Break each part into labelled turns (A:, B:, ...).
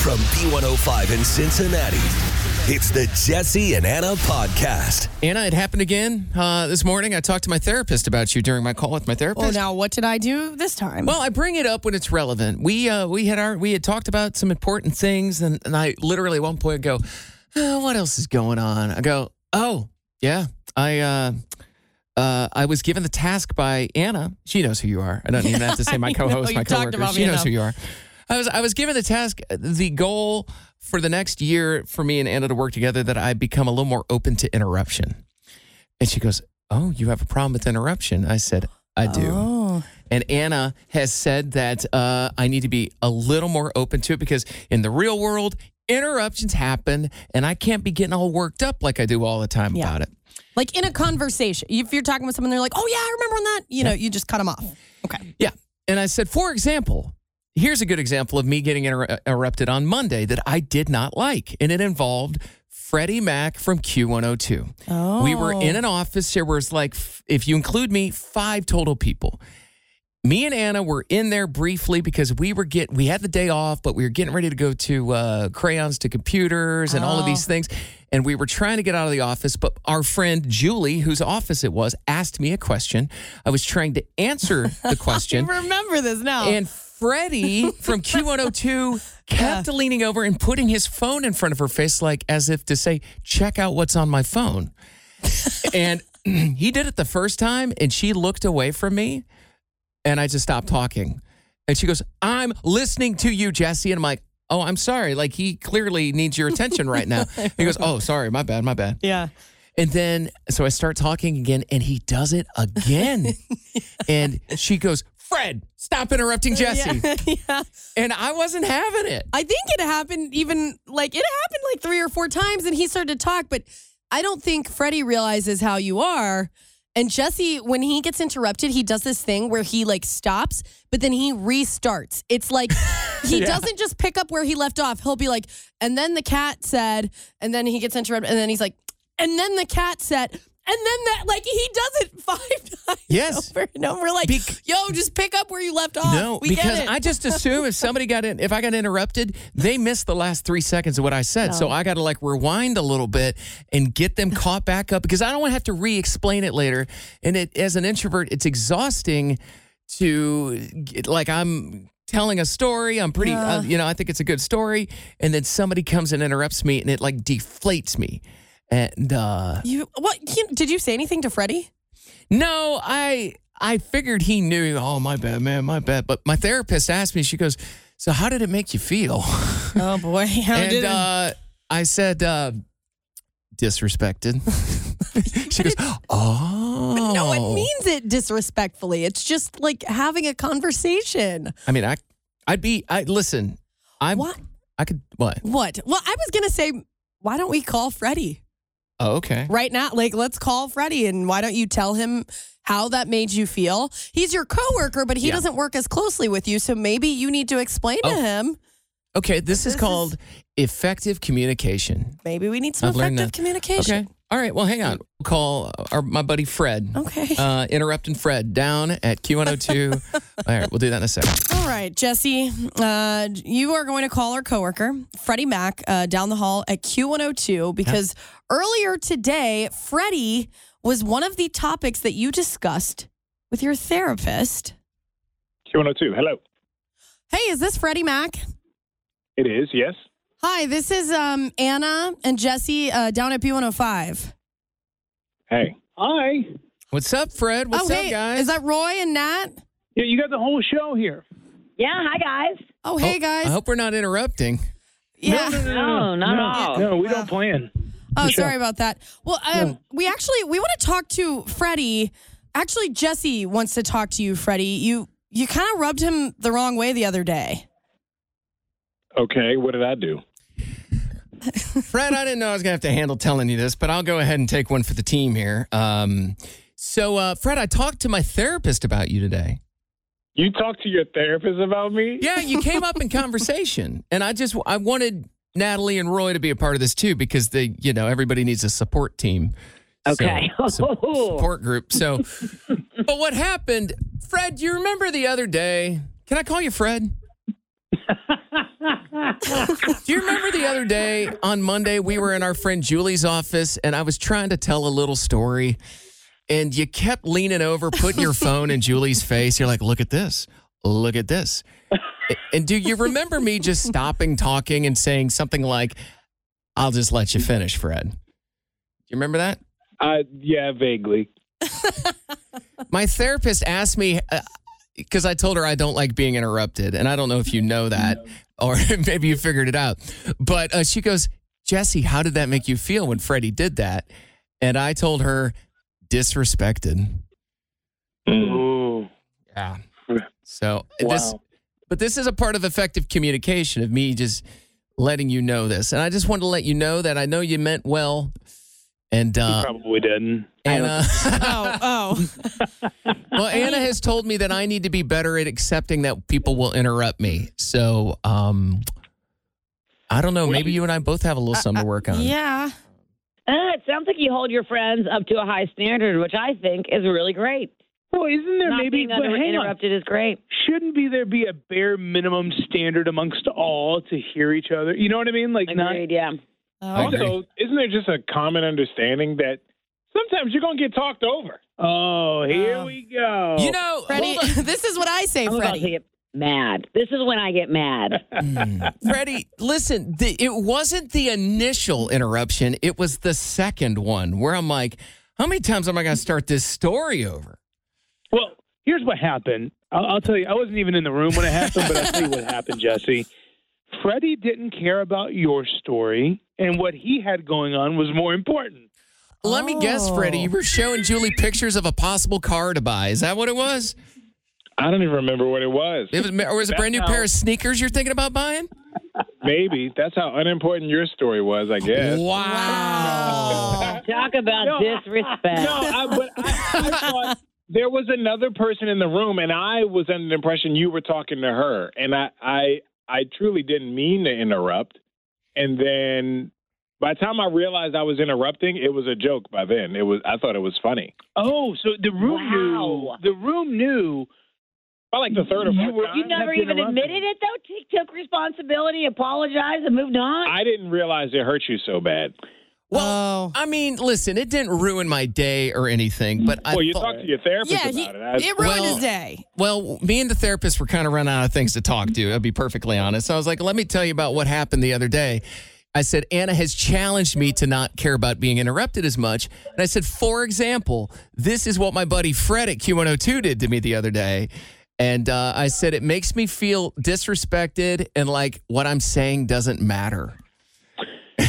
A: From B105 in Cincinnati, it's the Jesse and Anna podcast.
B: Anna, it happened again uh, this morning. I talked to my therapist about you during my call with my therapist.
C: Well, Oh, now what did I do this time?
B: Well, I bring it up when it's relevant. We uh, we had our we had talked about some important things, and, and I literally at one point go, "Oh, "What else is going on?" I go, "Oh, yeah, I." Uh, uh, I was given the task by Anna. She knows who you are. I don't even have to say my
C: I know,
B: co-host, my
C: you've talked
B: coworker.
C: about
B: She
C: me
B: knows
C: enough.
B: who you are. I was I was given the task, the goal for the next year for me and Anna to work together that I become a little more open to interruption. And she goes, "Oh, you have a problem with interruption?" I said, "I do."
C: oh,
B: And Anna has said that uh, I need to be a little more open to it because in the real world, interruptions happen, and I can't be getting all worked up like I do all the time
C: Yeah.
B: about it.
C: like in a conversation, if you're talking with someone, they're like, "Oh yeah, I remember when that." You know, you just cut them off. Okay.
B: Yeah. And I said, for example, here's a good example of me getting inter- interrupted on Monday that I did not like. And it involved Freddie Mac from Q102. We were in an office. There was like, f- if you include me, five total people. Me and Anna were in there briefly because we were get we had the day off, but we were getting ready to go to uh, crayons to computers and all of these things, and we were trying to get out of the office. But our friend Julie, whose office it was, asked me a question. I was trying to answer the question,
C: Remember this now.
B: and Freddie from Q102 kept leaning over and putting his phone in front of her face, like as if to say, check out what's on my phone. and he did it the first time, and she looked away from me, and I just stopped talking. And she goes, I'm listening to you, Jesse. And I'm like, oh, I'm sorry. Like, he clearly needs your attention right now. he goes, oh, sorry. My bad. My bad.
C: yeah.
B: And then, so I start talking again, and he does it again. and she goes, Fred, stop interrupting Jesse.
C: Yeah. yeah.
B: And I wasn't having it.
C: I think it happened even like it happened like three or four times, and he started to talk, but I don't think Freddie realizes how you are. And Jesse, when he gets interrupted, he does this thing where he like stops, but then he restarts. It's like he doesn't just pick up where he left off. He'll be like, and then the cat said, and then he gets interrupted, and then he's like, and then the cat said, and then that like he does it five times.
B: Yes.
C: Over and over. Like,
B: Bec-
C: yo, just pick up where you left off.
B: No,
C: we
B: because
C: get it.
B: I just assume if somebody got in, if I got interrupted, they missed the last three seconds of what I said. So I got to like rewind a little bit and get them caught back up because I don't want to have to re explain it later. And it, as an introvert, it's exhausting to get- like, I'm telling a story. I'm pretty, uh, you know, I think it's a good story. And then somebody comes and interrupts me and it like deflates me. And, uh,
C: You what? You, did you say anything to Freddie?
B: No, I I figured he knew. Oh, my bad, man, my bad. But my therapist asked me. She goes, "So how did it make you feel?"
C: Oh boy, how
B: and uh, I said, uh, "Disrespected." she goes, "Oh,
C: no, it means it disrespectfully. It's just like having a conversation.
B: I mean, I I'd be I listen. I
C: What?
B: I could what?
C: What? Well, I was gonna say, why don't we call Freddie
B: Oh, okay.
C: right now? Like, let's call Freddie, and why don't you tell him how that made you feel? He's your coworker, but he
B: Yeah.
C: doesn't work as closely with you, so maybe you need to explain
B: Oh.
C: to him.
B: Okay, this, is called effective communication.
C: Maybe we need some
B: I've learned
C: effective
B: that.
C: communication.
B: Okay. All right. Well, hang on. We'll call uh, our, my buddy Fred.
C: Okay.
B: Uh, interrupting Fred down at Q102. All right. We'll do that in a second.
C: All right, Jesse, uh, you are going to call our coworker, Freddie Mack, uh, down the hall at Q102 because earlier today, Freddie was one of the topics that you discussed with your therapist.
D: Q102. Hello.
C: Hey, is this Freddie Mack?
D: It is, yes.
C: Hi, this is um, Anna and Jesse uh, down at B105.
D: Hey. Hi.
B: What's up, Fred? What's
C: oh,
B: up,
C: hey,
B: guys?
C: is that Roy and Nat?
D: Yeah, you got the whole show here.
E: Yeah, hi guys.
C: Oh,
B: Oh,
C: hey, guys.
B: I hope we're not interrupting.
C: yeah.
E: Mm, No, not at all.
D: No, we don't plan.
C: Oh,
D: Sure.
C: sorry about that. Well, um, we actually we want to talk to Freddie. Actually, Jesse wants to talk to you, Freddie. You you kind of rubbed him the wrong way the other day.
D: Okay, what did I do?
B: Fred, I didn't know I was going to have to handle telling you this, but I'll go ahead and take one for the team here. Um, so, uh, Fred, I talked to my therapist about you today.
D: You talked to your therapist about me?
B: Yeah, you came up in conversation, and I just I wanted Natalie and Roy to be a part of this too because they, you know, everybody needs a support team. So,
E: Okay.
B: su- support group. So, but what happened, Fred? Do you remember the other day? Can I call you Fred? Do you remember the other day on Monday we were in our friend Julie's office and I was trying to tell a little story and you kept leaning over putting your phone in Julie's face you're like look at this look at this A- and do you remember me just stopping talking and saying something like I'll just let you finish Fred Do you remember that
D: Uh, yeah, vaguely.
B: my therapist asked me because I told her I don't like being interrupted, and I don't know if you know that or maybe you figured it out. But uh, she goes, Jesse, how did that make you feel when Freddie did that? And I told her, disrespected.
D: Ooh.
B: Yeah. So this,
D: Mm, Wow.
B: but this is a part of effective communication of me just letting you know this, and I just wanted to let you know that I know you meant well, and uh,
D: Probably didn't.
B: Anna.
C: Oh, oh.
B: Well, Anna has told me that I need to be better at accepting that people will interrupt me. So, um, I don't know. Maybe you and I both have a little something to work on.
C: Uh, yeah.
E: Uh, it sounds like you hold your friends up to a high standard, which I think is really great.
D: Well, isn't there
E: Not
D: maybe
E: being
D: but
E: under-
D: hang on.
E: interrupted is great.
D: Shouldn't be there be a bare minimum standard amongst all to hear each other? You know what I mean? Like not
E: Agreed. Yeah.
B: I
C: Oh.
B: agree.
D: Also, isn't there just a common understanding that sometimes you're going to get talked over? Oh, here
C: Oh.
D: we go.
B: You know,
C: Freddie,
B: hold
C: this is what I say,
E: I'm about to
C: Freddie.
E: get mad. This is when I get mad.
B: on. Freddie, listen, the, it wasn't the initial interruption. It was the second one where I'm like, how many times am I going to start this story over?
D: Well, here's what happened. I'll, I'll tell you, I wasn't even in the room when it happened, but I'll tell you what happened, Jesse. Freddie didn't care about your story, and what he had going on was more important.
B: Let me guess, Freddie, you were showing Julie pictures of a possible car to buy. Is that what it was?
D: I don't even remember what it was.
B: It was or was it a brand new pair of sneakers you're thinking about buying?
D: Maybe that's how unimportant your story was, I guess.
B: Wow.
E: Talk about
D: No, I-
E: disrespect.
D: No, I, but I, I thought there was another person in the room, and I was under the impression you were talking to her, and I, I, I truly didn't mean to interrupt. And then by the time I realized I was interrupting, it was a joke. By then, it was I thought it was funny. Oh, so the room
E: Wow.
D: knew. The room knew. By like the third or fourth time.
E: You never
D: kept
E: even
D: interrupting.
E: admitted it though. T- took responsibility, apologized, and moved on.
D: I didn't realize it hurt you so bad.
B: Well, I mean, listen, it didn't ruin my day or anything, but I
D: well, you
B: thought-
D: talked to your therapist
C: Yeah,
D: about
C: he,
D: it. I-
C: it ruined
B: Well-
C: his day.
B: well, me and the therapist were kind of running out of things to talk to. I'll be perfectly honest. I was like, let me tell you about what happened the other day. I said, Anna has challenged me to not care about being interrupted as much. And I said, for example, this is what my buddy Fred at Q102 did to me the other day. And uh, I said, it makes me feel disrespected and like what I'm saying doesn't matter.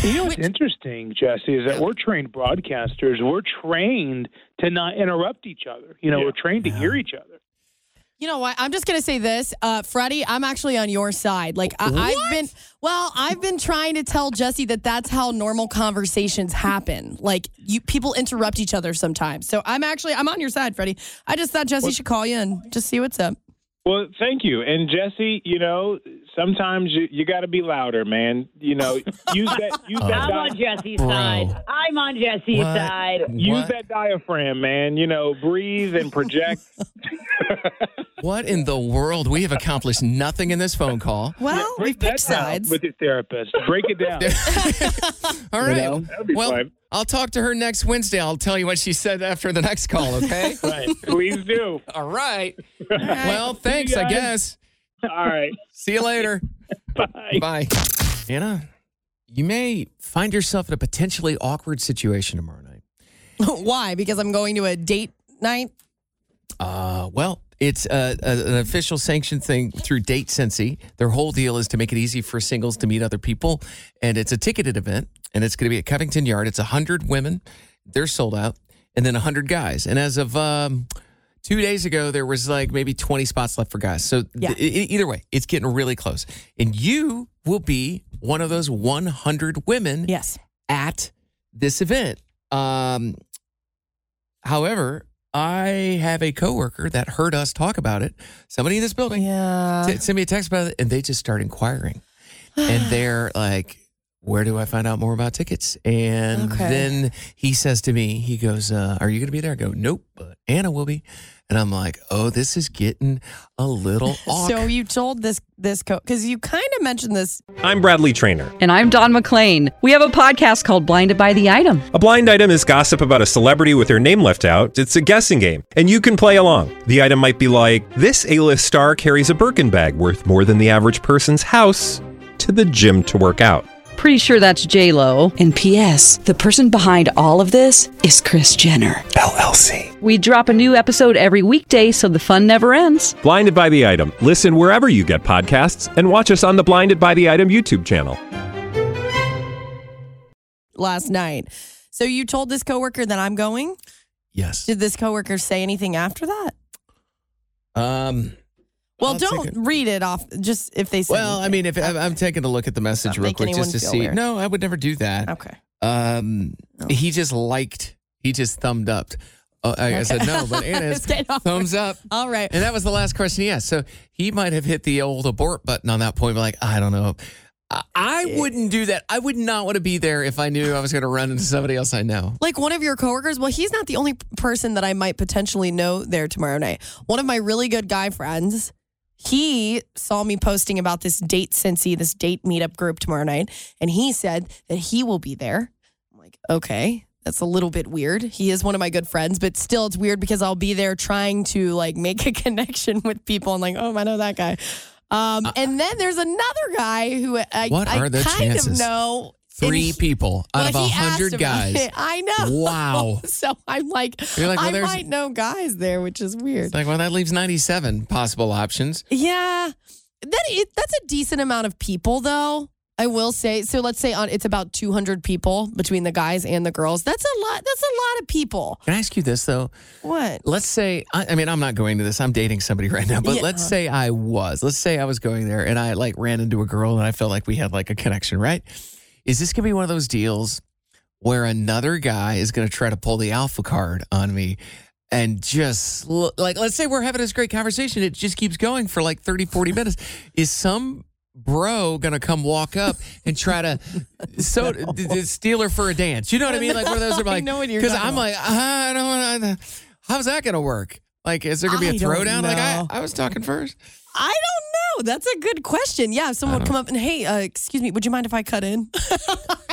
D: You know what's interesting, Jesse, is that we're trained broadcasters. We're trained to not interrupt each other. You know, we're trained to hear each other.
C: You know what? I'm just gonna say this, uh, Freddie. I'm actually on your side. Like I, I've been, well, I've been trying to tell Jesse that that's how normal conversations happen. Like you, people interrupt each other sometimes. So I'm actually, I'm on your side, Freddie. I just thought Jesse should call you and just see what's up.
D: Well, thank you. And Jesse, you know, sometimes you, you got to be louder, man. You know, use that use that
E: I'm
D: di-
E: on Jesse's
B: Bro.
E: side. I'm on Jesse's
B: What?
E: side.
D: use
B: What?
D: that diaphragm, man. You know, breathe and project.
B: What in the world? We have accomplished nothing in this phone call.
C: Well, we picked
D: Break that down
C: sides.
D: with your therapist. Break it down.
B: All right.
D: That'd be
B: well,
D: fun.
B: I'll talk to her next Wednesday. I'll tell you what she said after the next call, okay?
D: right. Please do.
B: All right. Well, thanks, I
D: guys.
B: guess.
D: All right.
B: See you later.
D: Bye.
B: Bye. Anna, you may find yourself in a potentially awkward situation tomorrow night.
C: Why? Because I'm going to a date night.
B: Uh, well, it's uh, a, an official sanctioned thing through Date Sensi. Their whole deal is to make it easy for singles to meet other people, and it's a ticketed event, and it's going to be at Covington Yard. It's hundred women; they're sold out, and then hundred guys. And as of um, two days ago, there was like maybe twenty spots left for guys. So th-
C: Yeah.
B: e- either way, it's getting really close, and you will be one of those one hundred women
C: Yes.
B: at this event. Um, however, I have a coworker that heard us talk about it. Somebody in this building
C: Yeah.
B: t- sent me a text about it, and they just start inquiring, and they're like, "Where do I find out more about tickets?" And
C: Okay.
B: then he says to me, "He goes, uh, are you going to be there?" I go, "Nope, but Anna will be." And I'm like, "Oh, this is getting a little awkward."
C: So you told this this co because you kind of mentioned this.
F: I'm Bradley Trainer.
G: And I'm Don McClain. We have a podcast called Blinded by the Item.
F: A blind item is gossip about a celebrity with their name left out. It's a guessing game, and you can play along. The item might be like this: A-list star carries a Birkin bag worth more than the average person's house to the gym to work out.
G: Pretty sure that's J Lo. And P.S. The person behind all of this is Chris Jenner.
F: LLC.
G: We drop a new episode every weekday, so the fun never ends.
F: Blinded by the item. Listen wherever you get podcasts, and watch us on the Blinded by the Item YouTube channel.
C: last night. So you told this coworker that I'm going.
B: yes.
C: Did this coworker say anything after that?
B: Um.
C: Well,
B: I'll take
C: don't
B: it.
C: read it off. Just if they said.
B: Well, I mean,
C: anything.
B: if I'm I'm taking a look at the message
C: Not
B: real
C: make
B: quick
C: anyone
B: just to
C: feel
B: see.
C: weird.
B: No, I would never do that.
C: okay.
B: Um,
C: Oh.
B: he just liked. He just thumbed up. Uh, I, I said no, but Anna
C: It's getting awkward.
B: thumbs up.
C: All right.
B: And that was the last question he asked. So he might have hit the old abort button on that point. But like, I don't know. I, I wouldn't do that. I would not want to be there if I knew I was going to run into somebody else I know.
C: like one of your coworkers. Well, he's not the only p- person that I might potentially know there tomorrow night. One of my really good guy friends, he saw me posting about this date Cincy, this date meetup group tomorrow night, and he said that he will be there. I'm like, okay, that's a little bit weird. He is one of my good friends, but still, it's weird because I'll be there trying to like make a connection with people. and like, oh, I know that guy. Um, and then there's another guy who I,
B: Uh, What
C: I
B: are the
C: kind of
B: chances?
C: know. and
B: Three
C: he-
B: people out of
C: well,
B: a
C: he asked
B: hundred
C: about
B: guys.
C: it. I know.
B: Wow.
C: So I'm like,
B: You're like, well,
C: I
B: there's-
C: might know guys there, which is
B: It's
C: weird.
B: like, well, that leaves 97 possible options.
C: yeah. That it, that's a decent amount of people though. I will say. So let's say on it's about 200 people between the guys and the girls. That's a lot. That's a lot of people.
B: Can I ask you this though?
C: What?
B: Let's say, I, I mean, I'm not going to this. I'm dating somebody right now, but
C: Yeah.
B: let's say I was. Let's say I was going there and I like ran into a girl and I felt like we had like a connection, right? Is this going to be one of those deals where another guy is going to try to pull the alpha card on me and just sl- like, let's say we're having this great conversation. It just keeps going for like 30, 40 minutes. Is some bro going to come walk up and try to so d- d- steal her for a dance? You know what I mean? Like, one of those are
C: I
B: like,
C: know what you're
B: because
C: talking
B: I'm
C: about.
B: like, "Ah, I don't want to. How's that going to work? Like, is there going to
C: I
B: be a
C: don't
B: throwdown? Like, I,
C: know.
B: I was talking first.
C: I don't know. That's a good question. Yeah. If someone would come up and hey, uh, excuse me, would you mind if I cut in?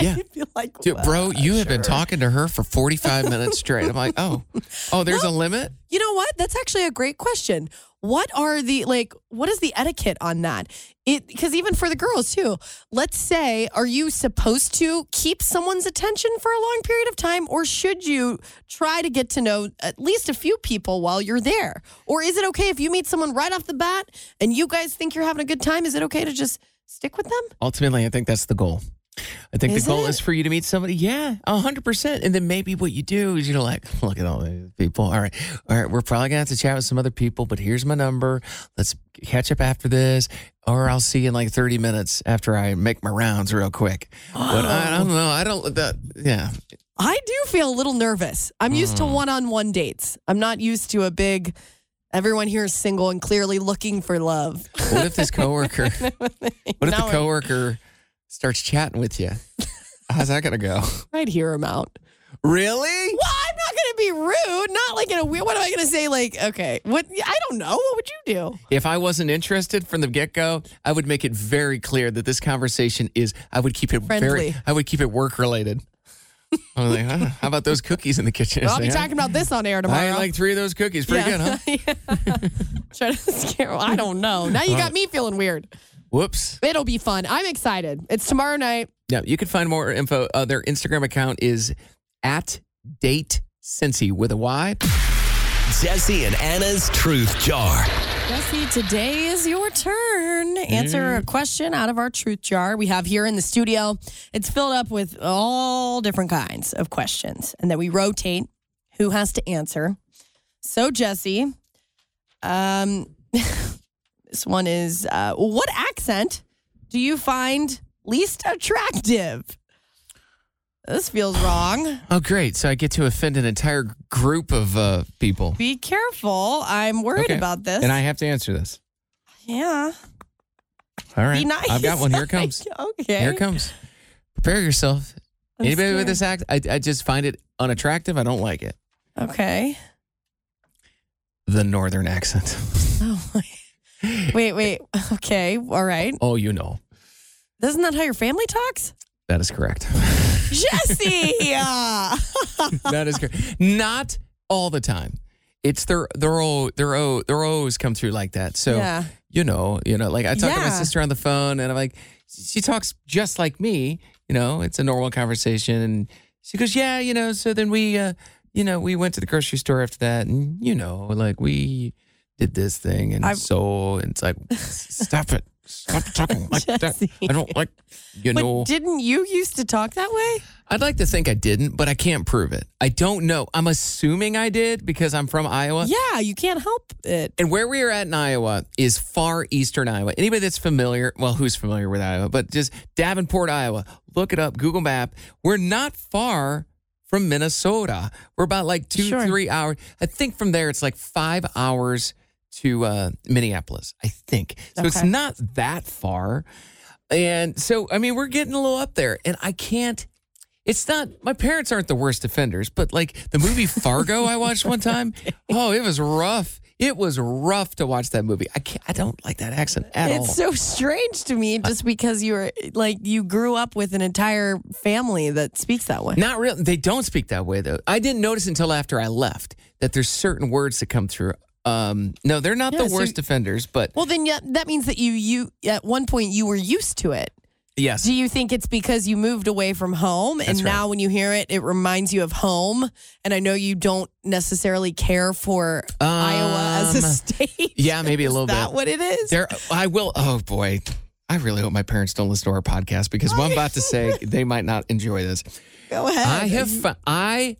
B: Yeah.
C: I'd be like,
B: Dude,
C: "Well,
B: bro, you have been talking to her for 45 minutes straight. I'm like, oh, oh, there's a limit?
C: You know what? That's actually a great question. What are the like what is the etiquette on that? It cuz even for the girls too. Let's say are you supposed to keep someone's attention for a long period of time or should you try to get to know at least a few people while you're there? Or is it okay if you meet someone right off the bat and you guys think you're having a good time, is it okay to just stick with them?
B: Ultimately, I think that's the goal. I think
C: Is
B: the goal
C: it?
B: is for you to meet somebody. Yeah, 100%. And then maybe what you do is, you know, like, look at all these people. All right. All right. We're probably going to have to chat with some other people, but here's my number. Let's catch up after this, or I'll see you in like 30 minutes after I make my rounds real quick. But I,
C: Oh.
B: I don't know. I don't, that, yeah.
C: I do feel a little nervous. I'm used to one on one dates. I'm not used to a big, everyone here is single and clearly looking for love.
B: What if this coworker? what if
C: Now
B: the
C: I-
B: coworker starts chatting with you? How's that gonna go?
C: I'd hear him out.
B: Really?
C: Well, I'm not going to be rude. Not like in a weird, what am I going to say? Like, okay, what? I don't know. What would you do?
B: If I wasn't interested from the get go, I would make it very clear that this conversation is. I would keep it
C: Friendly.
B: very. I would keep it work related. I'm like, huh, how about those cookies in the kitchen?
C: I'll be
B: Say, huh?
C: talking about this on air
B: I
C: tomorrow.
B: ate like three of those cookies. Pretty good, huh?
C: Try to scare. I don't know. Now you got me feeling weird.
B: Whoops.
C: It'll be fun. I'm excited. It's tomorrow night.
B: Yeah, you can find more info. Uh, their Instagram account is at date Cincy with a Y.
A: Jesse and Anna's Truth Jar.
C: Jesse, today is your turn. Answer
B: Mm.
C: a question out of our truth jar we have here in the studio. It's filled up with all different kinds of questions, and then we rotate who has to answer. So, Jesse, um, this one is uh, what accent do you find least attractive? This feels wrong.
B: Oh, great. So I get to offend an entire group of uh, people.
C: Be careful. I'm worried
B: Okay.
C: about this.
B: And I have to answer this.
C: yeah.
B: All right.
C: Be nice.
B: I've got one. Here it comes.
C: okay.
B: Here it comes. Prepare yourself.
C: I'm
B: Anybody with
C: scared.
B: this act, I, I just find it unattractive. I don't like it.
C: Okay.
B: The northern accent.
C: Oh my. Wait, wait. Okay. All right.
B: oh, you know.
C: Isn't that how your family talks?
B: That is correct.
C: Jesse.
B: that is correct. Not all the time. It's their their o their o their o's come through like that. So
C: Yeah.
B: you know, you know, like I talked to my
C: Yeah.
B: sister on the phone, and I'm like, she talks just like me. You know, it's a normal conversation, and she goes, yeah, you know. So then we, uh, you know, we went to the grocery store after that, and you know, like we did this thing, and
C: I've-
B: so and it's like, stop it, stop talking like that.
C: Jesse.
B: I don't like, you
C: but
B: know.
C: didn't you used to talk that way?
B: I'd like to think I didn't, but I can't prove it. I don't know. I'm assuming I did because I'm from Iowa.
C: Yeah, you can't help it.
B: And where we are at in Iowa is far eastern Iowa. Anybody that's familiar, well, who's familiar with Iowa, but just Davenport, Iowa, look it up, Google Map. We're not far from Minnesota. We're about like two,
C: Sure.
B: three hours. I think from there it's like five hours to uh, Minneapolis, I think. So it's
C: Okay.
B: not that far. And so, I mean, we're getting a little up there, and I can't it's not my parents aren't the worst offenders, but like the movie Fargo I watched one time, oh, it was rough. It was rough to watch that movie. I can't I don't like that accent at all.
C: It's so strange to me just because you were like you grew up with an entire family that speaks that way.
B: not real they don't speak that way though. I didn't notice until after I left that there's certain words that come through. Um no, they're not
C: Yeah,
B: the
C: so-
B: worst offenders, but
C: Well, then yeah, that means that you you at one point you were used to it.
B: yes.
C: Do you think it's because you moved away from home and
B: That's right.
C: now when you hear it, it reminds you of home? And I know you don't necessarily care for Iowa as a
B: Um,
C: state.
B: yeah, maybe a
C: Is
B: little bit.
C: that what it is?
B: There, I will. Oh boy, I really hope my parents don't listen to our podcast because what I'm about to say, they might not enjoy this.
C: Go ahead.
B: I have. fo- I.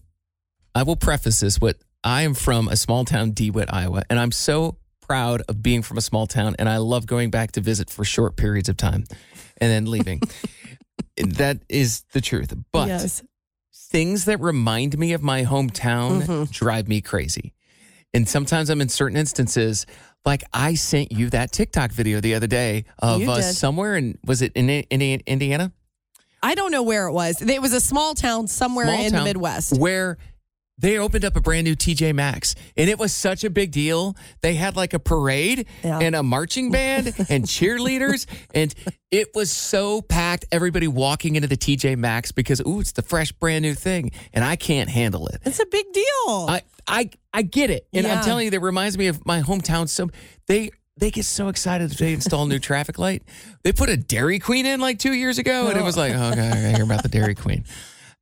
B: I will preface this. What I am from a small town, DeWitt, Iowa, and I'm so proud of being from a small town, and I love going back to visit for short periods of time, and then leaving. that is the truth. But
C: yes.
B: things that remind me of my hometown
C: Mm-hmm.
B: drive me crazy. And sometimes I'm in certain instances, like I sent you that TikTok video the other day of
C: You
B: uh,
C: did.
B: somewhere in was it in, in, in Indiana?
C: I don't know where it was. It was a small town somewhere
B: Small
C: in
B: town
C: the Midwest.
B: where they opened up a brand new TJ Maxx and it was such a big deal. They had like a parade
C: Yeah.
B: and a marching band and cheerleaders and it was so packed everybody walking into the TJ Maxx because ooh it's the fresh brand new thing and I can't handle it.
C: It's a big deal.
B: I I I get it, and
C: Oh. Yeah.
B: I'm telling you, that reminds me of my hometown. So they they get so excited if they install a new traffic light. They put a Dairy Queen in like two years ago, and it was like, oh god, I hear about the Dairy Queen.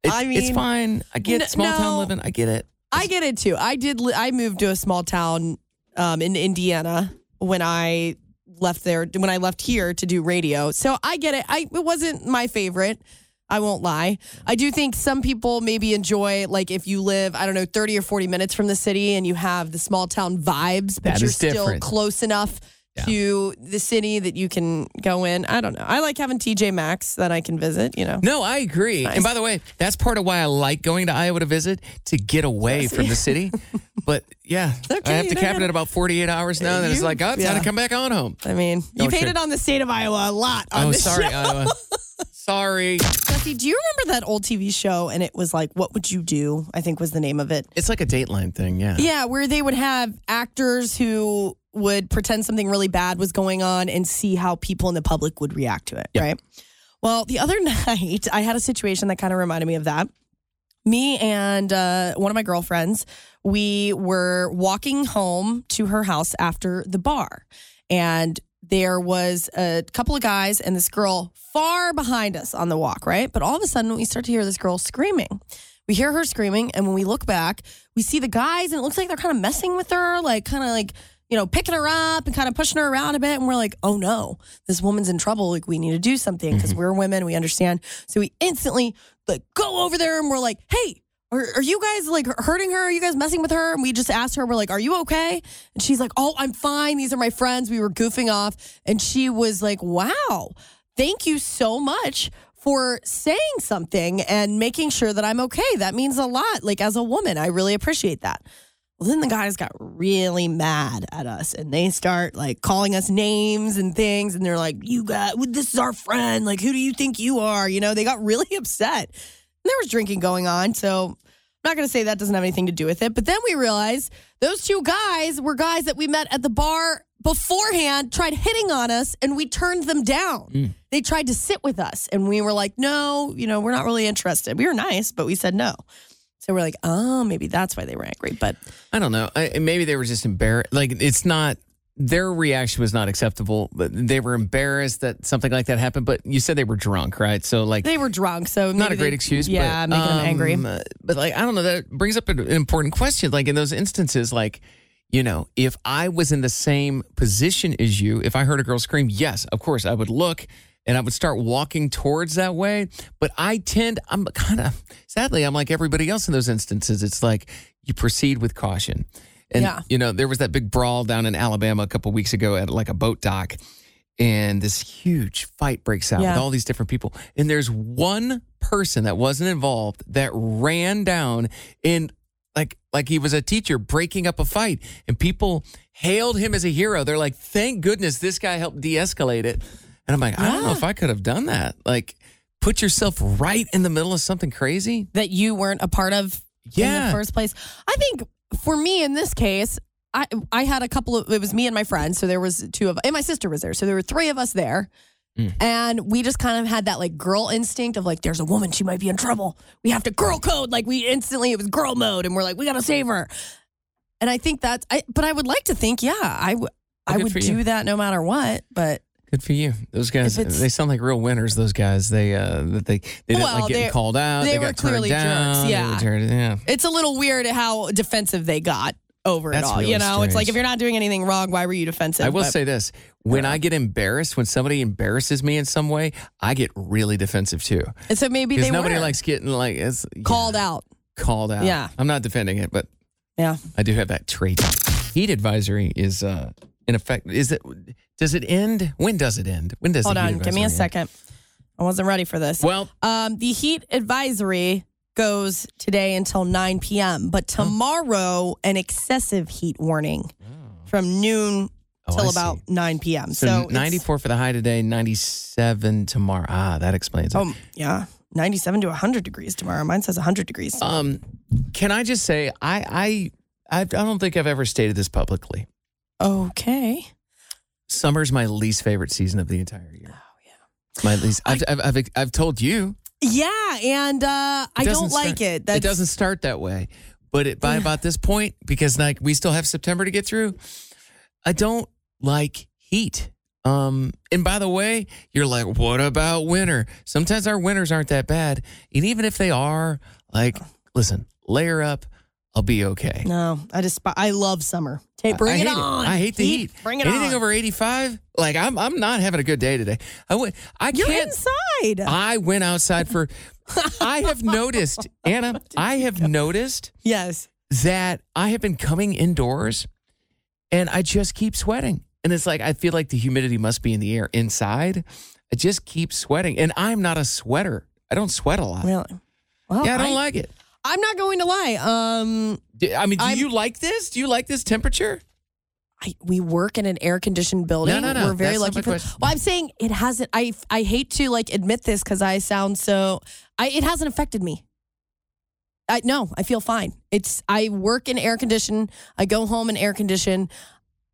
B: It-
C: I
B: it's
C: mean,
B: fine. I get
C: n-
B: small town
C: no.
B: living. I get it.
C: I get it too. I did. Li- I moved to a small town um, in Indiana when I left there. When I left here to do radio, so I get it. I it wasn't my favorite. I won't lie. I do think some people maybe enjoy like if you live I don't know thirty or forty minutes from the city and you have the small town vibes, but
B: That
C: you're
B: is
C: still
B: different.
C: close enough. To the city that you can go in. I don't know. I like having TJ Maxx that I can visit, you know.
B: No, I agree. And by the way, that's part of why I like going to Iowa to visit to get away from the city. but yeah,
C: Okay,
B: I have to
C: you
B: cap it
C: know,
B: at about 48 hours now. And then it's
C: you-
B: like, oh, it's time
C: yeah.
B: to come back on home.
C: I mean,
B: No,
C: you've
B: sure.
C: hated on the state of Iowa a lot on
B: oh,
C: this
B: sorry,
C: show.
B: Iowa. Sorry.
C: Jesse, do you remember that old TV show? And it was like, What Would You Do? I think was the name of it.
B: It's like a Dateline thing.
C: Yeah, where they would have actors who would pretend something really bad was going on and see how people in the public would react to it, right? Well, the other night, I had a situation that kind of reminded me of that. Me and uh, one of my girlfriends, we were walking home to her house after the bar. And there was a couple of guys and this girl far behind us on the walk, right? But all of a sudden, we start to hear this girl screaming. We hear her screaming, and when we look back, we see the guys, and it looks like they're kind of messing with her, like kind of like, you know, picking her up and kind of pushing her around a bit. And we're like, oh no, this woman's in trouble. Like, we need to do something because we're women, we understand. So we instantly like go over there and we're like, hey, are, are you guys like hurting her? Are you guys messing with her? And we just asked her, we're like, are you okay? And she's like, oh, I'm fine. These are my friends. We were goofing off. And she was like, wow, thank you so much for saying something and making sure that I'm okay. That means a lot. Like, as a woman, I really appreciate that. Well, then the guys got really mad at us and they start like calling us names and things. And they're like, You got, well, this is our friend. Like, who do you think you are? You know, they got really upset. And there was drinking going on. So I'm not going to say that doesn't have anything to do with it. But then we realized those two guys were guys that we met at the bar beforehand, tried hitting on us, and we turned them down. They tried to sit with us. And we were like, No, you know, we're not really interested. We were nice, but we said no. So we're like, oh, maybe that's why they were angry. But
B: I don't know. I, maybe they were just embarrassed. Like it's not their reaction was not acceptable. But they were embarrassed that something like that happened. But you said they were drunk, right? So like
C: They were drunk, so
B: not
C: maybe
B: a great
C: they-
B: excuse.
C: Yeah,
B: but,
C: making them angry.
B: um, uh, But like I don't know. That brings up an an important question. Like in those instances, like. You know, if I was in the same position as you, if I heard a girl scream, yes, of course, I would look and I would start walking towards that way. But I tend, I'm kind of, sadly, I'm like everybody else in those instances. It's like you proceed with caution. And,
C: Yeah.
B: you know, there was that big brawl down in Alabama a couple weeks ago at like a boat dock. And this huge fight breaks out with
C: Yeah.
B: all these different people. And there's one person that wasn't involved that ran down and like like he was a teacher breaking up a fight. And people hailed him as a hero. They're like, thank goodness this guy helped de-escalate it. And I'm like, I don't know
C: Yeah.
B: if I could have done that. Like put yourself right in the middle of something crazy.
C: that you weren't a part of in
B: Yeah.
C: the first place. I think for me in this case, I I had a couple of it was me and my friend, so there was two of and my sister was there, so there were three of us there.
B: Mm.
C: And we just kind of had that like girl instinct of like, there's a woman, she might be in trouble. We have to girl code. Like we instantly it was girl mode, and we're like, we gotta save her. And I think that's I, but I would like to think, yeah, I w- I
B: Good
C: would
B: for you.
C: do that no matter what. But
B: Good for you. Those guys,
C: If it's-
B: they sound like real winners. Those guys, they uh, that they they didn't
C: Well,
B: like getting
C: they-
B: called out. They,
C: they
B: got
C: were clearly
B: turned
C: jerks,
B: down. They
C: yeah.
B: were turned- yeah.
C: it's a little weird how defensive they got over
B: That's
C: it all.
B: really
C: you know, it's like
B: strange.
C: if you're not doing anything wrong, why were you defensive?
B: I will
C: But- Uh-huh.
B: say this: when I get embarrassed, when somebody embarrasses me in some way, I get really defensive too.
C: And so maybe
B: Because
C: they
B: nobody
C: were
B: likes getting like it's, yeah,
C: called out.
B: Called out.
C: Yeah.
B: I'm not defending it, but
C: Yeah.
B: I do have that trait. Heat advisory is uh in effect. Is it? Does it end? When does it end? When does
C: Hold
B: the heat
C: on. Give
B: advisory
C: me a
B: end?
C: second. I wasn't ready for this.
B: Well,
C: Um, the heat advisory goes today until 9 p.m., but tomorrow, an excessive heat warning from noon
B: Oh, I
C: till
B: see.
C: about 9 p.m. So,
B: so,
C: it's-
B: 94 for the high today, 97 tomorrow. Ah, that explains it.
C: Oh, yeah. 97 to 100 degrees tomorrow. Mine says 100 degrees.
B: Um, can I just say I I I don't think I've ever stated this publicly.
C: okay.
B: Summer's my least favorite season of the entire year. Oh yeah, my least. I've I've, I've, I've told you
C: Yeah. And uh, I
B: It
C: don't
B: doesn't
C: like
B: start-
C: it. That's,
B: it doesn't start that way, but it, by about this point, because like we still have September to get through, I don't like heat. Um, and by the way, you're like, what about winter? Sometimes our winters aren't that bad, and even if they are, like, listen, layer up, I'll be okay.
C: No, I just, I love summer. Hey, bring
B: I
C: it
B: hate
C: on.
B: I hate the heat.
C: Bring it
B: Anything
C: on.
B: over 85, like I'm I'm not having a good day today. I went I
C: You're
B: can't
C: inside.
B: I went outside for I have noticed, Anna, I have noticed
C: yes.
B: that I have been coming indoors and I just keep sweating. And it's like I feel like the humidity must be in the air inside. I just keep sweating. And I'm not a sweater. I don't sweat a lot.
C: Really? Oh, Well,
B: yeah, I don't like it.
C: I'm not going to lie. Um,
B: D- I mean, do
C: I'm-
B: you like this? Do you like this temperature?
C: I, we work in an air conditioned building.
B: No, no, no.
C: We're very
B: That's not
C: lucky.
B: my
C: For,
B: question.
C: well, I'm saying it hasn't. I I hate to like admit this because I sound so. I it hasn't affected me. I no, I feel fine. It's I work in air condition. I go home in air condition.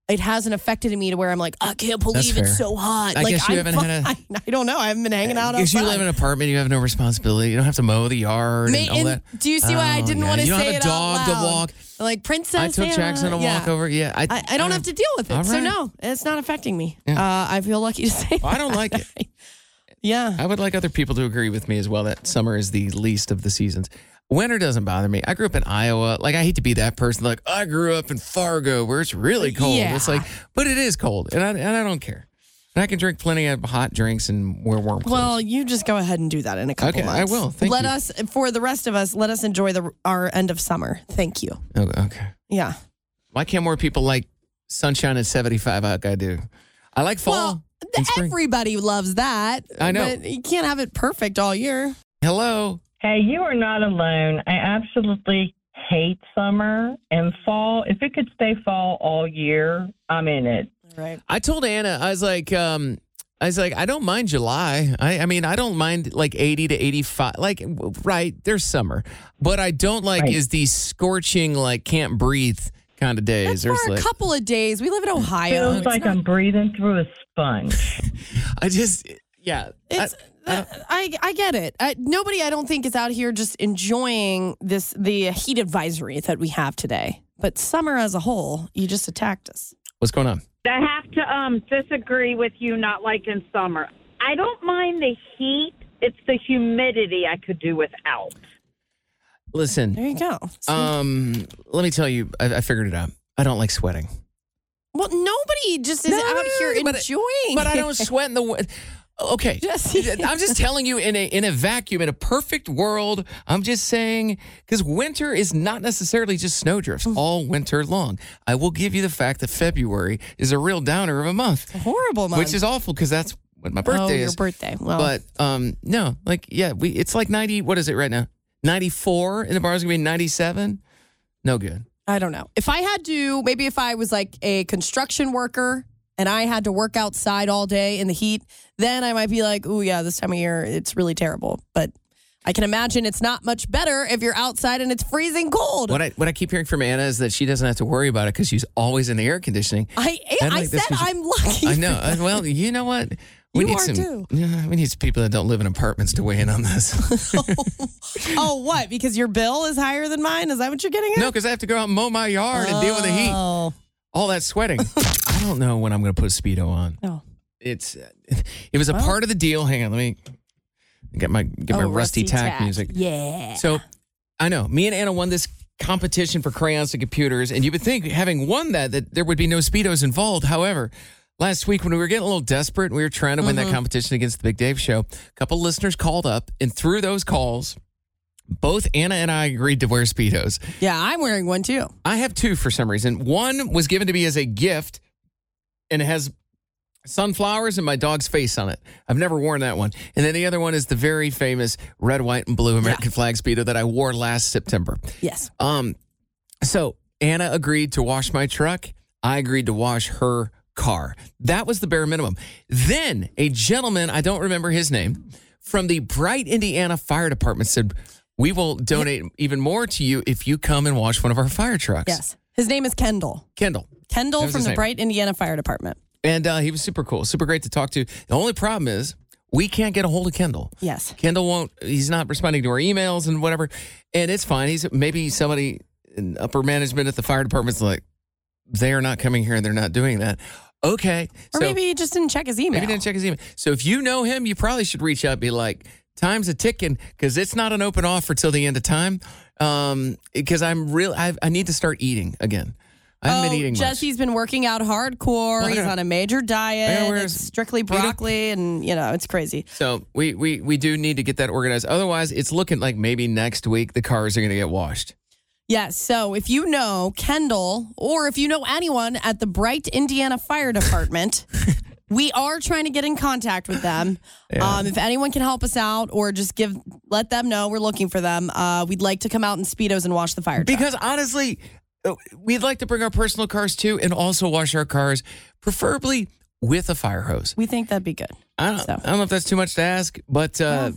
C: it hasn't affected me to where I'm like, I can't believe
B: fair.
C: it's so hot.
B: I
C: like,
B: guess you
C: I'm
B: haven't had a-
C: fine. I don't know. I haven't been hanging out
B: Because
C: outside.
B: you live in an apartment, you have no responsibility. You don't have to mow the yard
C: Ma-
B: and all
C: and
B: that.
C: do you see why I
B: Oh,
C: didn't
B: yeah.
C: want to
B: You don't
C: say
B: have a
C: it
B: dog
C: out
B: to
C: loud?
B: walk.
C: Like princess.
B: I took
C: Anna.
B: Jackson a
C: Yeah.
B: walk over. Yeah, I,
C: I, I don't have to deal with it.
B: All
C: So
B: right.
C: no, it's not affecting me. Uh, I feel lucky to say.
B: I don't
C: that.
B: like it.
C: Yeah.
B: I would like other people to agree with me as well that summer is the least of the seasons. Winter doesn't bother me. I grew up in Iowa. Like I hate to be that person. Like I grew up in Fargo where it's really cold.
C: Yeah.
B: It's like, but it is cold, and I and I don't care. And I can drink plenty of hot drinks and wear warm clothes.
C: Well, you just go ahead and do that in a couple
B: Okay, I
C: months.
B: will. Thank
C: let
B: you.
C: us for the rest of us. Let us enjoy the our end of summer. Thank you.
B: Oh, okay.
C: Yeah.
B: Why can't more people like sunshine at seventy five like I do? I like fall.
C: Well,
B: and
C: th-
B: spring.
C: everybody loves that.
B: I know.
C: But you can't have it perfect all year.
B: Hello.
E: Hey, you are not alone. I absolutely hate summer and fall. If it could stay fall all year, I'm in it.
C: Right.
B: I told Anna, I was like, um, I was like, I don't mind July. I, I mean, I don't mind like 80 to 85. Like, w- right, there's summer. What I don't like
E: Right.
B: is these scorching, like, can't breathe kind of days.
C: That's
B: There's
C: for a
B: like,
C: couple of days. We live in Ohio.
E: Feels
C: It's
E: like
C: not-
E: I'm breathing through a sponge.
B: I just, yeah. I-
C: It's I, I, get it. I, nobody I don't think is out here just enjoying this the heat advisory that we have today. But summer as a whole, you just attacked us.
B: what's going on?
H: I have to um, disagree with you not liking summer. I don't mind the heat. It's the humidity I could do without.
B: Listen,
C: There you go.
B: um, let me tell you, I, I figured it out. I don't like sweating.
C: well, nobody just is
B: No,
C: out here
B: but-
C: enjoying.
B: But I don't sweat in the wind. Okay,
C: Jesse.
B: I'm just telling you in a in a vacuum, in a perfect world. I'm just saying because winter is not necessarily just snowdrifts
C: Mm.
B: all winter long. I will give you the fact that February is a real downer of a month,
C: horrible month.
B: which is awful because that's when my
C: oh,
B: birthday
C: your
B: is.
C: birthday. Well,
B: But um, no, like yeah, we it's like 90. What is it right now? 94, and the bar's gonna be 97. No good.
C: I don't know. If I had to, maybe if I was like a construction worker and I had to work outside all day in the heat, then I might be like, oh, yeah, this time of year, it's really terrible. But I can imagine it's not much better if you're outside and it's freezing cold.
B: What I what I keep hearing from Anna is that she doesn't have to worry about it because she's always in the air conditioning.
C: I, eh, I,
B: And like
C: said
B: this was-
C: I'm lucky.
B: I know. Uh, Well, you know what?
C: You are too.
B: Yeah, we need some people that don't live in apartments to weigh in on this.
C: oh, what? Because your bill is higher than mine? Is that what you're getting at?
B: no, because I have to go out and mow my yard and deal with the heat,
C: Oh,
B: all that sweating. I don't know when I'm going to put a speedo on.
C: Oh.
B: It's it was a
C: Well.
B: part of the deal. Hang on, let me get my get my
C: Oh,
B: rusty, tack, music.
C: Yeah.
B: So I know me and Anna won this competition for crayons and computers, and you would think having won that that there would be no speedos involved. However, last week when we were getting a little desperate, and we were trying to win that competition against the Big Dave Show. A couple listeners called up, and through those calls, both Anna and I agreed to wear speedos.
C: yeah, I'm wearing one too.
B: I have two for some reason. One was given to me as a gift, and it has sunflowers and my dog's face on it. I've never worn that one. And then the other one is the very famous red, white, and blue American flag speedo that I wore last September.
C: Yes.
B: Um, so Anna agreed to wash my truck. I agreed to wash her car. That was the bare minimum. Then a gentleman, I don't remember his name, from the Bright, Indiana Fire Department said, "We will donate even more to you if you come and wash one of our fire trucks."
C: Yes. His name is Kendall.
B: Kendall. That
C: Kendall
B: was
C: from
B: his
C: the
B: name.
C: Bright, Indiana Fire Department.
B: And uh, he was super cool, super great to talk to. The only problem is we can't get a hold of Kendall.
C: Yes.
B: Kendall won't. He's not responding to our emails and whatever. And it's fine. He's maybe somebody in upper management at the fire department's like, they are not coming here and they're not doing that. Okay. so
C: Or maybe he just didn't check his email.
B: maybe he didn't check his email. So if you know him, you probably should reach out. And be like, time's a ticking because it's not an open offer till the end of time. Um, because I'm real. I, I need to start eating again. I haven't been eating. much.
C: Oh, Jesse's been working out hardcore.
B: I
C: He's
B: know.
C: on a major
B: Yeah,
C: diet.
B: where's-
C: It's strictly
B: don't-
C: broccoli, and you know it's crazy.
B: So we, we we do need to get that organized. Otherwise, it's looking like maybe next week the cars are going to get washed.
C: Yes. so if you know Kendall, or if you know anyone at the Bright, Indiana Fire Department, we are trying to get in contact with them. Um, if anyone can help us out, or just give let them know we're looking for them. Uh, we'd like to come out in speedos and wash the fire. truck.
B: Because honestly, uh, we'd like to bring our personal cars too, and also wash our cars, preferably with a fire hose.
C: we think that'd be good.
B: I don't,
C: So.
B: I don't know if that's too much to ask, but uh,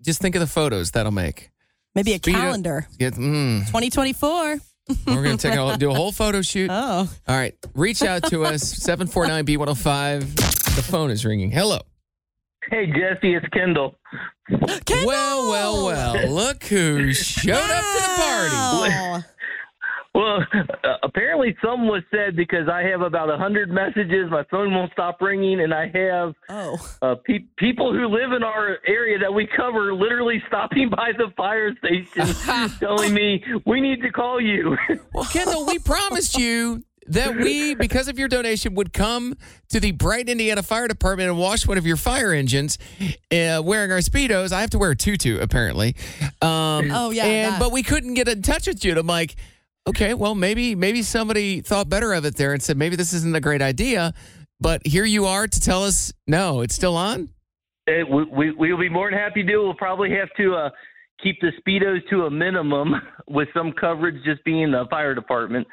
B: just think of the photos that'll make.
C: Maybe a
B: Speedo-
C: calendar.
B: Get, mm,
C: 2024.
B: We're going to take a, do a whole photo shoot. Oh. All right. Reach out to us 749B105. The phone is ringing. Hello.
I: Hey, Jesse, it's Kendall.
B: Well, well, well. Look who showed up to the party.
I: Well, uh, apparently some was said because I have about a 100 messages. My phone won't stop ringing, and I have
C: Oh.
I: uh, pe- people who live in our area that we cover literally stopping by the fire station telling me, we need to call you.
B: Well, Kendall, we promised you that we, because of your donation, would come to the Bright, Indiana Fire Department and wash one of your fire engines uh, wearing our Speedos. I have to wear a tutu, apparently. Um,
C: Oh, yeah,
B: And,
C: that.
B: but we couldn't get in touch with you. And I'm like, okay, well, maybe, maybe somebody thought better of it there and said, maybe this isn't a great idea. But here you are to tell us, no, it's still on.
I: Eh, we, we, we'll be more than happy to. do it. We'll probably have to uh, keep the speedos to a minimum with some coverage just being the fire department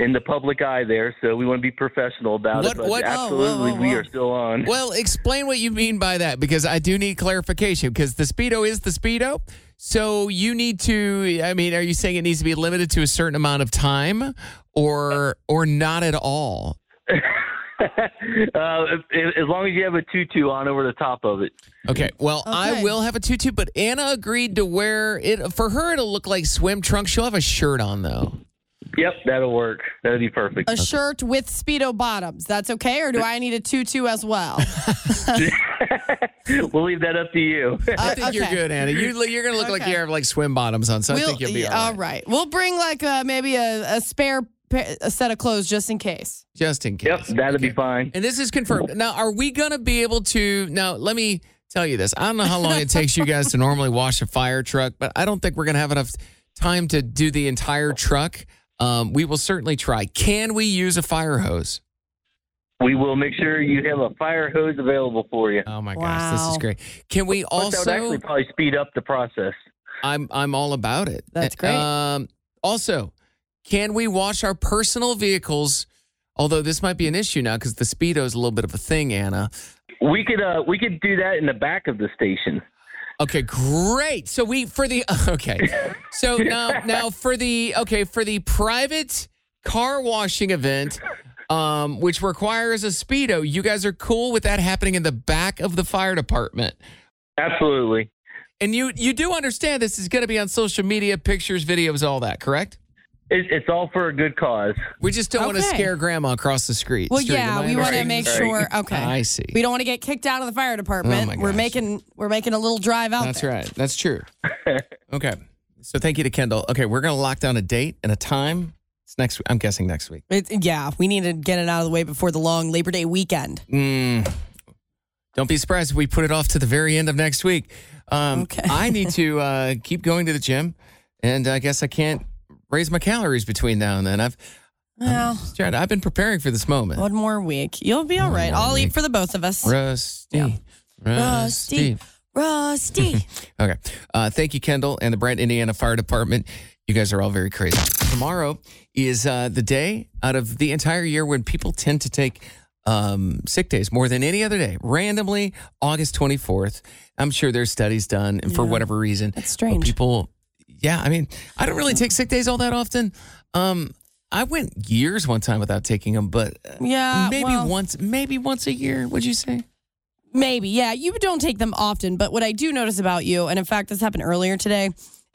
I: in the public eye there. So we want to be professional about
B: What-
I: it. But
B: what- Oh, whoa,
I: absolutely,
B: whoa,
I: we
B: whoa.
I: are still on.
B: Well, explain what you mean by that because I do need clarification because the Speedo is the Speedo. So you need to, I mean, are you saying it needs to be limited to a certain amount of time or or not at all?
I: uh, if- if- as long as you have a tutu on over the top of it.
B: Okay. Well, I will have a tutu, but Anna agreed to wear it. For her, it'll look like swim trunks. She'll have a shirt on, though.
I: Yep, that'll work. That'll be perfect.
C: A shirt with Speedo bottoms. That's okay, or do I need a tutu as well?
I: we'll leave that up to you.
B: I
C: Uh,
B: think you're good, Anna. You, look- you're going to look like you have like swim bottoms on, so I think you'll be all right.
C: all right. We'll bring like uh, maybe a, a spare pa- a set of clothes just in case.
B: just in case.
I: Yep, that'll be fine.
B: And this is confirmed. Now, are we going to be able to? Now, let me tell you this. I don't know how long it takes you guys to normally wash a fire truck, but I don't think we're going to have enough time to do the entire truck. Um, we will certainly try. Can we use a fire hose?
I: We will make sure you have a fire hose available for you.
B: Oh my gosh, this is great. Can we
I: that would actually
B: also?
I: probably speed up the process.
B: I'm I'm all about it.
C: That's great.
B: Um, also, can we wash our personal vehicles? Although this might be an issue now because the speedo is a little bit of a thing, Anna.
I: We could uh, we could do that in the back of the station.
B: Okay, great. So we for the okay. So now now for the okay, for the private car washing event um which requires a speedo, you guys are cool with that happening in the back of the fire department.
I: Absolutely.
B: And you you do understand this is going to be on social media, pictures, videos, all that, correct?
I: It, it's all for a good cause.
B: We just don't want to
C: Okay.
B: scare grandma across the street.
C: Well,
B: street, am
C: yeah,
B: I
C: we want to
B: understanding
C: make
B: this
C: sure.
B: right?
C: Okay,
B: I see. Oh
C: We don't want to get kicked out of the fire department.
B: my
C: we're
B: gosh.
C: making we're making a little drive out
B: That's
C: there.
B: right. That's true. okay. So thank you to Kendall. Okay, we're going to lock down a date and a time. It's next I'm guessing next week.
C: It's, yeah, we need to get it out of the way before the long Labor Day weekend.
B: Mm. Don't be surprised if we put it off to the very end of next week. Um, I need to uh, keep going to the gym, and I guess I can't raise my calories between now and then. I've
C: Well,
B: Jared, I've been preparing for this moment.
C: one more week, you'll be all right. I'll eat for the both of us.
B: Rusty, rusty.
C: Rusty.
B: Okay. Uh, thank you, Kendall, and the Brent, Indiana Fire Department. You guys are all very crazy. Tomorrow is uh, the day out of the entire year when people tend to take um, sick days more than any other day, randomly, August 24th. I'm sure there's studies done, and for whatever reason,
C: That's
B: but
C: strange.
B: people, yeah, I mean, I don't really take sick days all that often. Um, I went years one time without taking them, but uh,
C: Yeah,
B: maybe
C: well-
B: once, maybe once a year. Would you say?
C: Maybe. Yeah. You don't take them often. But what I do notice about you, and in fact, this happened earlier today,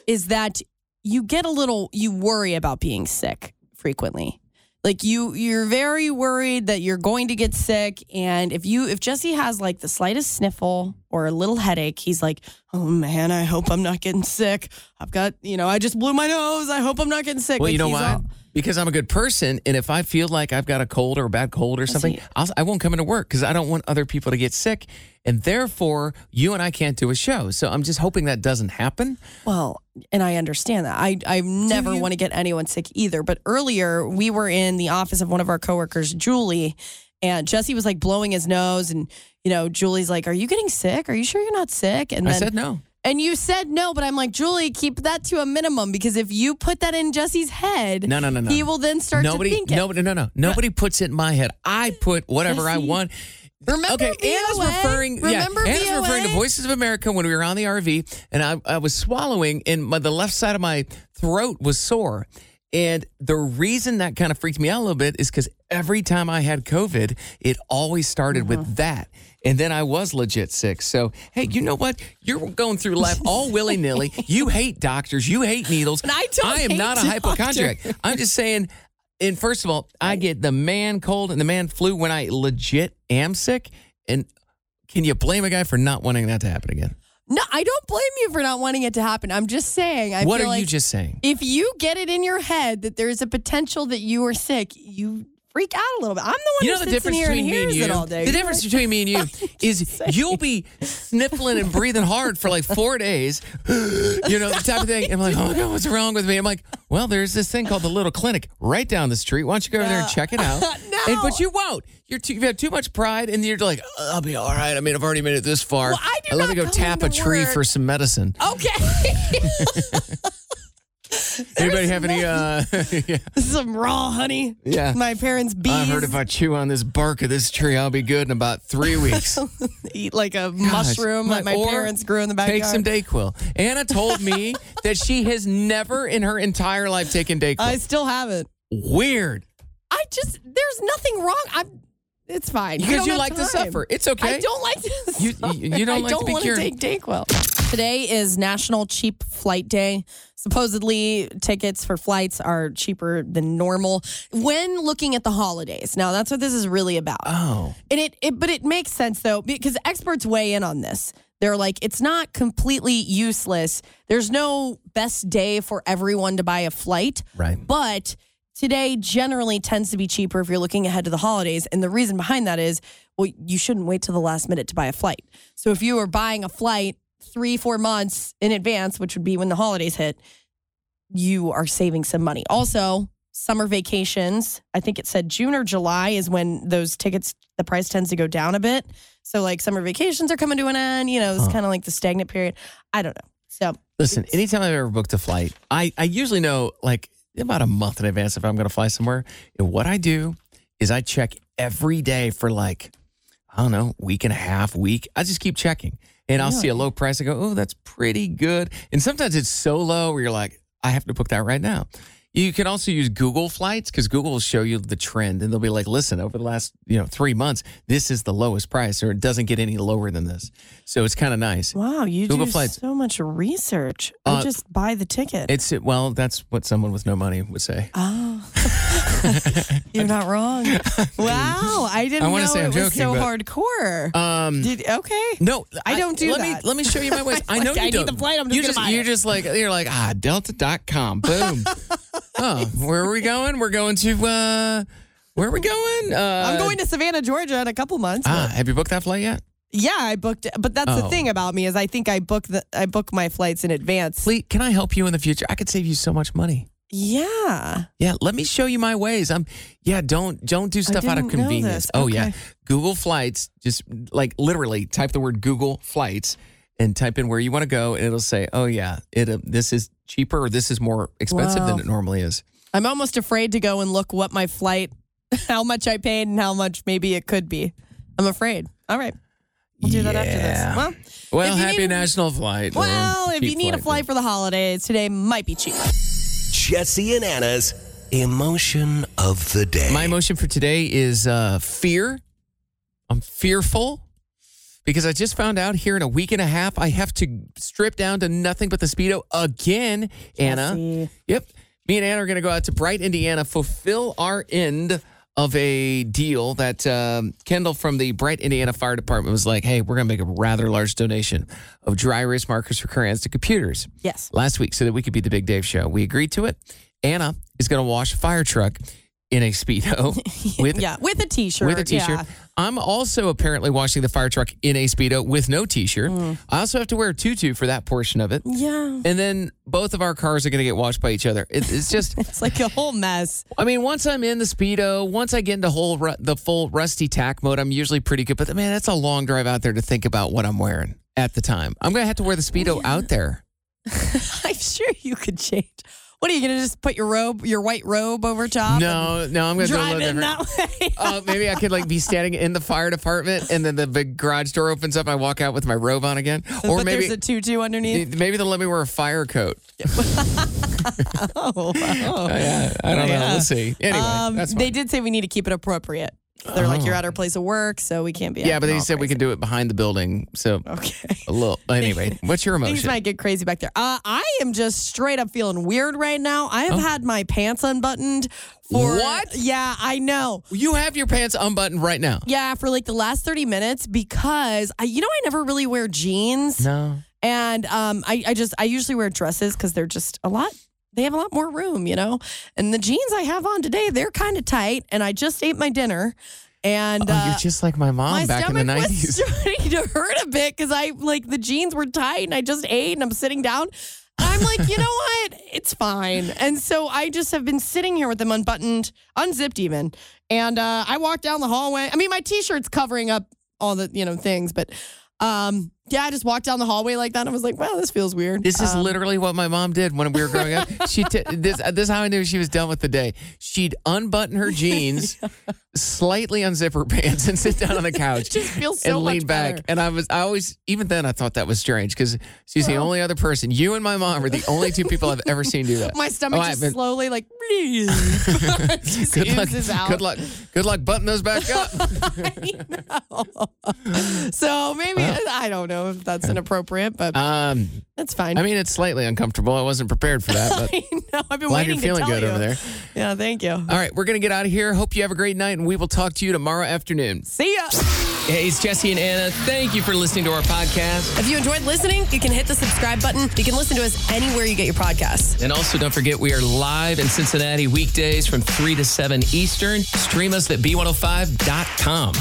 C: is that you get a little, you worry about being sick frequently. Like you, you're very worried that you're going to get sick. And if you, if Jesse has like the slightest sniffle or a little headache, he's like, oh man, I hope I'm not getting sick. I've got, you know, I just blew my nose. I hope I'm not getting sick.
B: Well,
C: Like,
B: you know
C: he's
B: why?
C: all-
B: because I'm a good person, and if I feel like I've got a cold or a bad cold or something, I'll, I won't come into work because I don't want other people to get sick, and therefore you and I can't do a show. So I'm just hoping that doesn't happen.
C: Well, and I understand that. I I never want to get anyone sick either. But earlier we were in the office of one of our coworkers, Julie, and Jesse was like blowing his nose, and you know Julie's like, "Are you getting sick? Are you sure you're not sick?" And
B: I
C: then
B: said no.
C: And you said no, but I'm like, Julie, keep that to a minimum because if you put that in Jesse's head,
B: No, no, no, no.
C: he will then start
B: nobody,
C: to think it.
B: nobody, no, no, nobody puts it in my head. I put whatever I
C: Jesse.
B: want.
C: Remember
B: okay, Anna's
C: VOA?
B: referring.
C: Remember
B: yeah, Anna's
C: VOA?
B: referring to Voices of America when we were on the RV, and I, I was swallowing, and my, the left side of my throat was sore, And the reason that kind of freaked me out a little bit is because every time I had COVID, it always started
C: Mm-hmm.
B: with that. And then I was legit sick. So, hey, you know what? You're going through life all willy nilly. You hate doctors. You hate needles.
C: And I don't
B: I am
C: hate
B: not a hypochondriac. I'm just saying, and first of all, I get the man cold and the man flu when I legit am sick. And can you blame a guy for not wanting that to happen again?
C: No, I don't blame you for not wanting it to happen. I'm just saying. I
B: what
C: feel
B: are
C: like
B: you just saying?
C: If you get it in your head that there is a potential that you are sick, you freak out a little bit. I'm the one
B: You know
C: who
B: the
C: sits
B: difference
C: in here
B: between
C: and
B: me and
C: hears
B: you.
C: it all day.
B: The
C: You're
B: difference
C: like,
B: between me and you is you'll be sniffling and breathing hard for like four days. You know the type of thing. I'm like, oh my god, what's wrong with me? I'm like, well, there's this thing called the little clinic right down the street. Why don't you go over there and check it out? And, but you won't. You're too, you have too much pride, and you're like, "Oh, I'll be all right. I mean, I've already made it this far.
C: Well, I do
B: let
C: not
B: me go
C: go
B: tap a
C: into
B: tree
C: work.
B: for some medicine.
C: okay.
B: Anybody have any? Uh, yeah.
C: Some raw honey.
B: Yeah.
C: My parents' bees.
B: I heard if I chew on this bark of this tree, I'll be good in about three weeks.
C: Eat like a
B: Gosh.
C: mushroom that my
B: Or
C: parents grew in the backyard.
B: Take some Dayquil. Anna told me that she has never in her entire life taken Dayquil.
C: I still haven't.
B: Weird.
C: I just there's nothing wrong. I'm. It's fine. I
B: Because
C: don't
B: you
C: have
B: like to
C: time.
B: suffer. It's okay.
C: I don't like to.
B: You-
C: suffer.
B: you- you don't
C: I
B: like to
C: don't
B: be
C: want
B: cured.
C: to take Dayquil. Today is National Cheap Flight Day. Supposedly, tickets for flights are cheaper than normal when looking at the holidays. Now, that's what this is really about.
B: Oh.
C: And it, it but it makes sense though because experts weigh in on this. They're like it's not completely useless. There's no best day for everyone to buy a flight.
B: Right.
C: But today generally tends to be cheaper if you're looking ahead to the holidays and the reason behind that is well you shouldn't wait till the last minute to buy a flight. So if you are buying a flight 3 4 months in advance, which would be when the holidays hit, you are saving some money. Also, summer vacations, I think it said June or July is when those tickets, the price tends to go down a bit. So, like, summer vacations are coming to an end. You know, it's kind of like the stagnant period. I don't know. So,
B: Listen, anytime I've ever booked a flight, I, I usually know like about a month in advance if I'm going to fly somewhere. And what I do is I check every day for like, I don't know, week and a half, week. I just keep checking and I'll see a low price. I go, oh, that's pretty good. And sometimes it's so low where you're like, I have to book that right now. You can also use Google Flights because Google will show you the trend and they'll be like, listen, over the last you know three months, this is the lowest price or it doesn't get any lower than this. So it's kind of nice.
C: wow, you
B: Google
C: do
B: Flights.
C: so much research.
B: Uh,
C: I just buy the ticket.
B: It's well, that's what someone with no money would say.
C: oh. You're not wrong. Wow. I didn't
B: uh, I wanna
C: know
B: say
C: it
B: I'm
C: was
B: joking,
C: so
B: but-
C: hardcore.
B: Um,
C: Did, okay.
B: no,
C: I don't do
B: let
C: that.
B: Me, let me show you my ways. I know you
C: I need
B: don't.
C: the flight, I'm just
B: you
C: gonna
B: just
C: buy
B: you're
C: it.
B: just like you're like ah Delta.com. Boom. oh, where are we going? We're going to uh, where are we going? Uh,
C: I'm going to Savannah, Georgia in a couple months.
B: Ah, have you booked that flight yet?
C: Yeah, I booked it, but that's
B: Oh.
C: the thing about me is I think I book the I book my flights in advance.
B: Please, can I help you in the future? I could save you so much money.
C: Yeah.
B: Yeah, let me show you my ways. I'm yeah, don't don't do stuff out of
C: didn't know
B: convenience.
C: this.
B: Oh yeah.
C: Okay.
B: Google Flights, just like literally type the word Google Flights and type in where you want to go and it'll say, "Oh yeah, it uh, this is cheaper or this is more expensive
C: Wow.
B: than it normally is."
C: I'm almost afraid to go and look what my flight how much I paid and how much maybe it could be. I'm afraid. All right. We'll do that after
B: Yeah.
C: this. Well,
B: Well,
C: if you
B: happy
C: need-
B: National Flight. or
C: well, if
B: cheap
C: you need a flight for the holidays, today might be cheap.
A: Jesse and Anna's emotion of the day.
B: My emotion for today is uh, fear. I'm fearful because I just found out here in a week and a half I have to strip down to nothing but the speedo again, Anna. Yep. Me and Anna are going to go out to Bright, Indiana, fulfill our end of a deal that um, Kendall from the Bright, Indiana Fire Department was like, hey, we're going to make a rather large donation of dry erase markers for crayons to computers
C: Yes.
B: last week so that we could be the Big Dave show. We agreed to it. Anna is going to wash a fire truck in a speedo with
C: yeah, with a t-shirt.
B: with a t-shirt.
C: yeah.
B: I'm also apparently washing the fire truck in a speedo with no t-shirt.
C: Mm.
B: I also have to wear a tutu for that portion of it.
C: Yeah.
B: And then both of our cars are going to get washed by each other. It, it's just
C: It's like a whole mess.
B: I mean, once I'm in the speedo, once I get into whole ru- the full rusty tack mode, I'm usually pretty good. But man, that's a long drive out there to think about what I'm wearing
C: Oh,
B: at the time. I'm gonna have to wear the speedo out there.
C: I'm sure you could change. What are you going to just put your robe, your white robe over top?
B: No,
C: and
B: no, I'm gonna do a
C: drive
B: little
C: in
B: different.
C: that way.
B: Uh, maybe I could like be standing in the fire department, and then the big garage door opens up, and I walk out with my robe on again. Or
C: but
B: maybe
C: there's a tutu underneath.
B: maybe they'll let me wear a fire coat.
C: oh, wow.
B: yeah, Um, I don't know. We'll see. Anyway, that's
C: Um, they did say we need to keep it appropriate. They're like,
B: Oh.
C: you're at our place of work, so we can't be.
B: Yeah, but they said we could do it behind the building. So
C: okay,
B: a little. Anyway, what's your
C: Things
B: emotion?
C: might get crazy back there. Uh, I am just straight up feeling weird right now. I have had my pants unbuttoned for
B: Oh. What?
C: Yeah, I know.
B: you have your pants unbuttoned right now.
C: Yeah, for like the last 30 minutes because I, you know, I never really wear jeans.
B: No.
C: And um, I, I just, I usually wear dresses because they're just a lot, they have a lot more room, you know? And the jeans I have on today, they're kind of tight. And I just ate my dinner. And
B: Oh,
C: uh,
B: you're just like my mom
C: my
B: back in
C: stomach
B: the
C: was
B: 90s.
C: starting to hurt a bit because I, like, the jeans were tight and I just ate and I'm sitting down. And I'm like, you know what? It's fine. And so I just have been sitting here with them unbuttoned, unzipped even. And uh, I walked down the hallway. I mean, my t-shirt's covering up all the, you know, things, but um, yeah, I just walked down the hallway like that. And I was like, wow, this feels weird.
B: This is
C: Um,
B: literally what my mom did when we were growing up. She t- this uh, this is how I knew she was done with the day. She'd unbutton her jeans, slightly unzip her pants, and sit down on the couch
C: just feels so
B: and lean
C: much
B: back.
C: better.
B: And I was I always even then I thought that was strange because she's the only other person. You and my mom are the only two people I've ever seen do that.
C: My stomach
B: Oh, I
C: just
B: haven't.
C: slowly like, just
B: good luck.
C: oozes out.
B: Good luck. Good luck buttoning those back up.
C: So maybe, I don't know if that's inappropriate, but
B: Um,
C: that's fine.
B: Uh, I mean, it's slightly uncomfortable. I wasn't prepared for that, but
C: I know. I've been
B: glad
C: waiting
B: you're feeling
C: to tell
B: good
C: you.
B: over there. Uh,
C: Yeah, thank you.
B: All right, we're going to get out of here. Hope you have a great night, and we will talk to you tomorrow afternoon.
C: See ya.
B: Hey, it's Jesse and Anna. Thank you for listening to our podcast.
C: If you enjoyed listening, you can hit the subscribe button. You can listen to us anywhere you get your podcasts.
J: And also, don't forget, we are live in
B: oh
J: Cincinnati weekdays from 3 to 7 Eastern. Stream us at B105.com.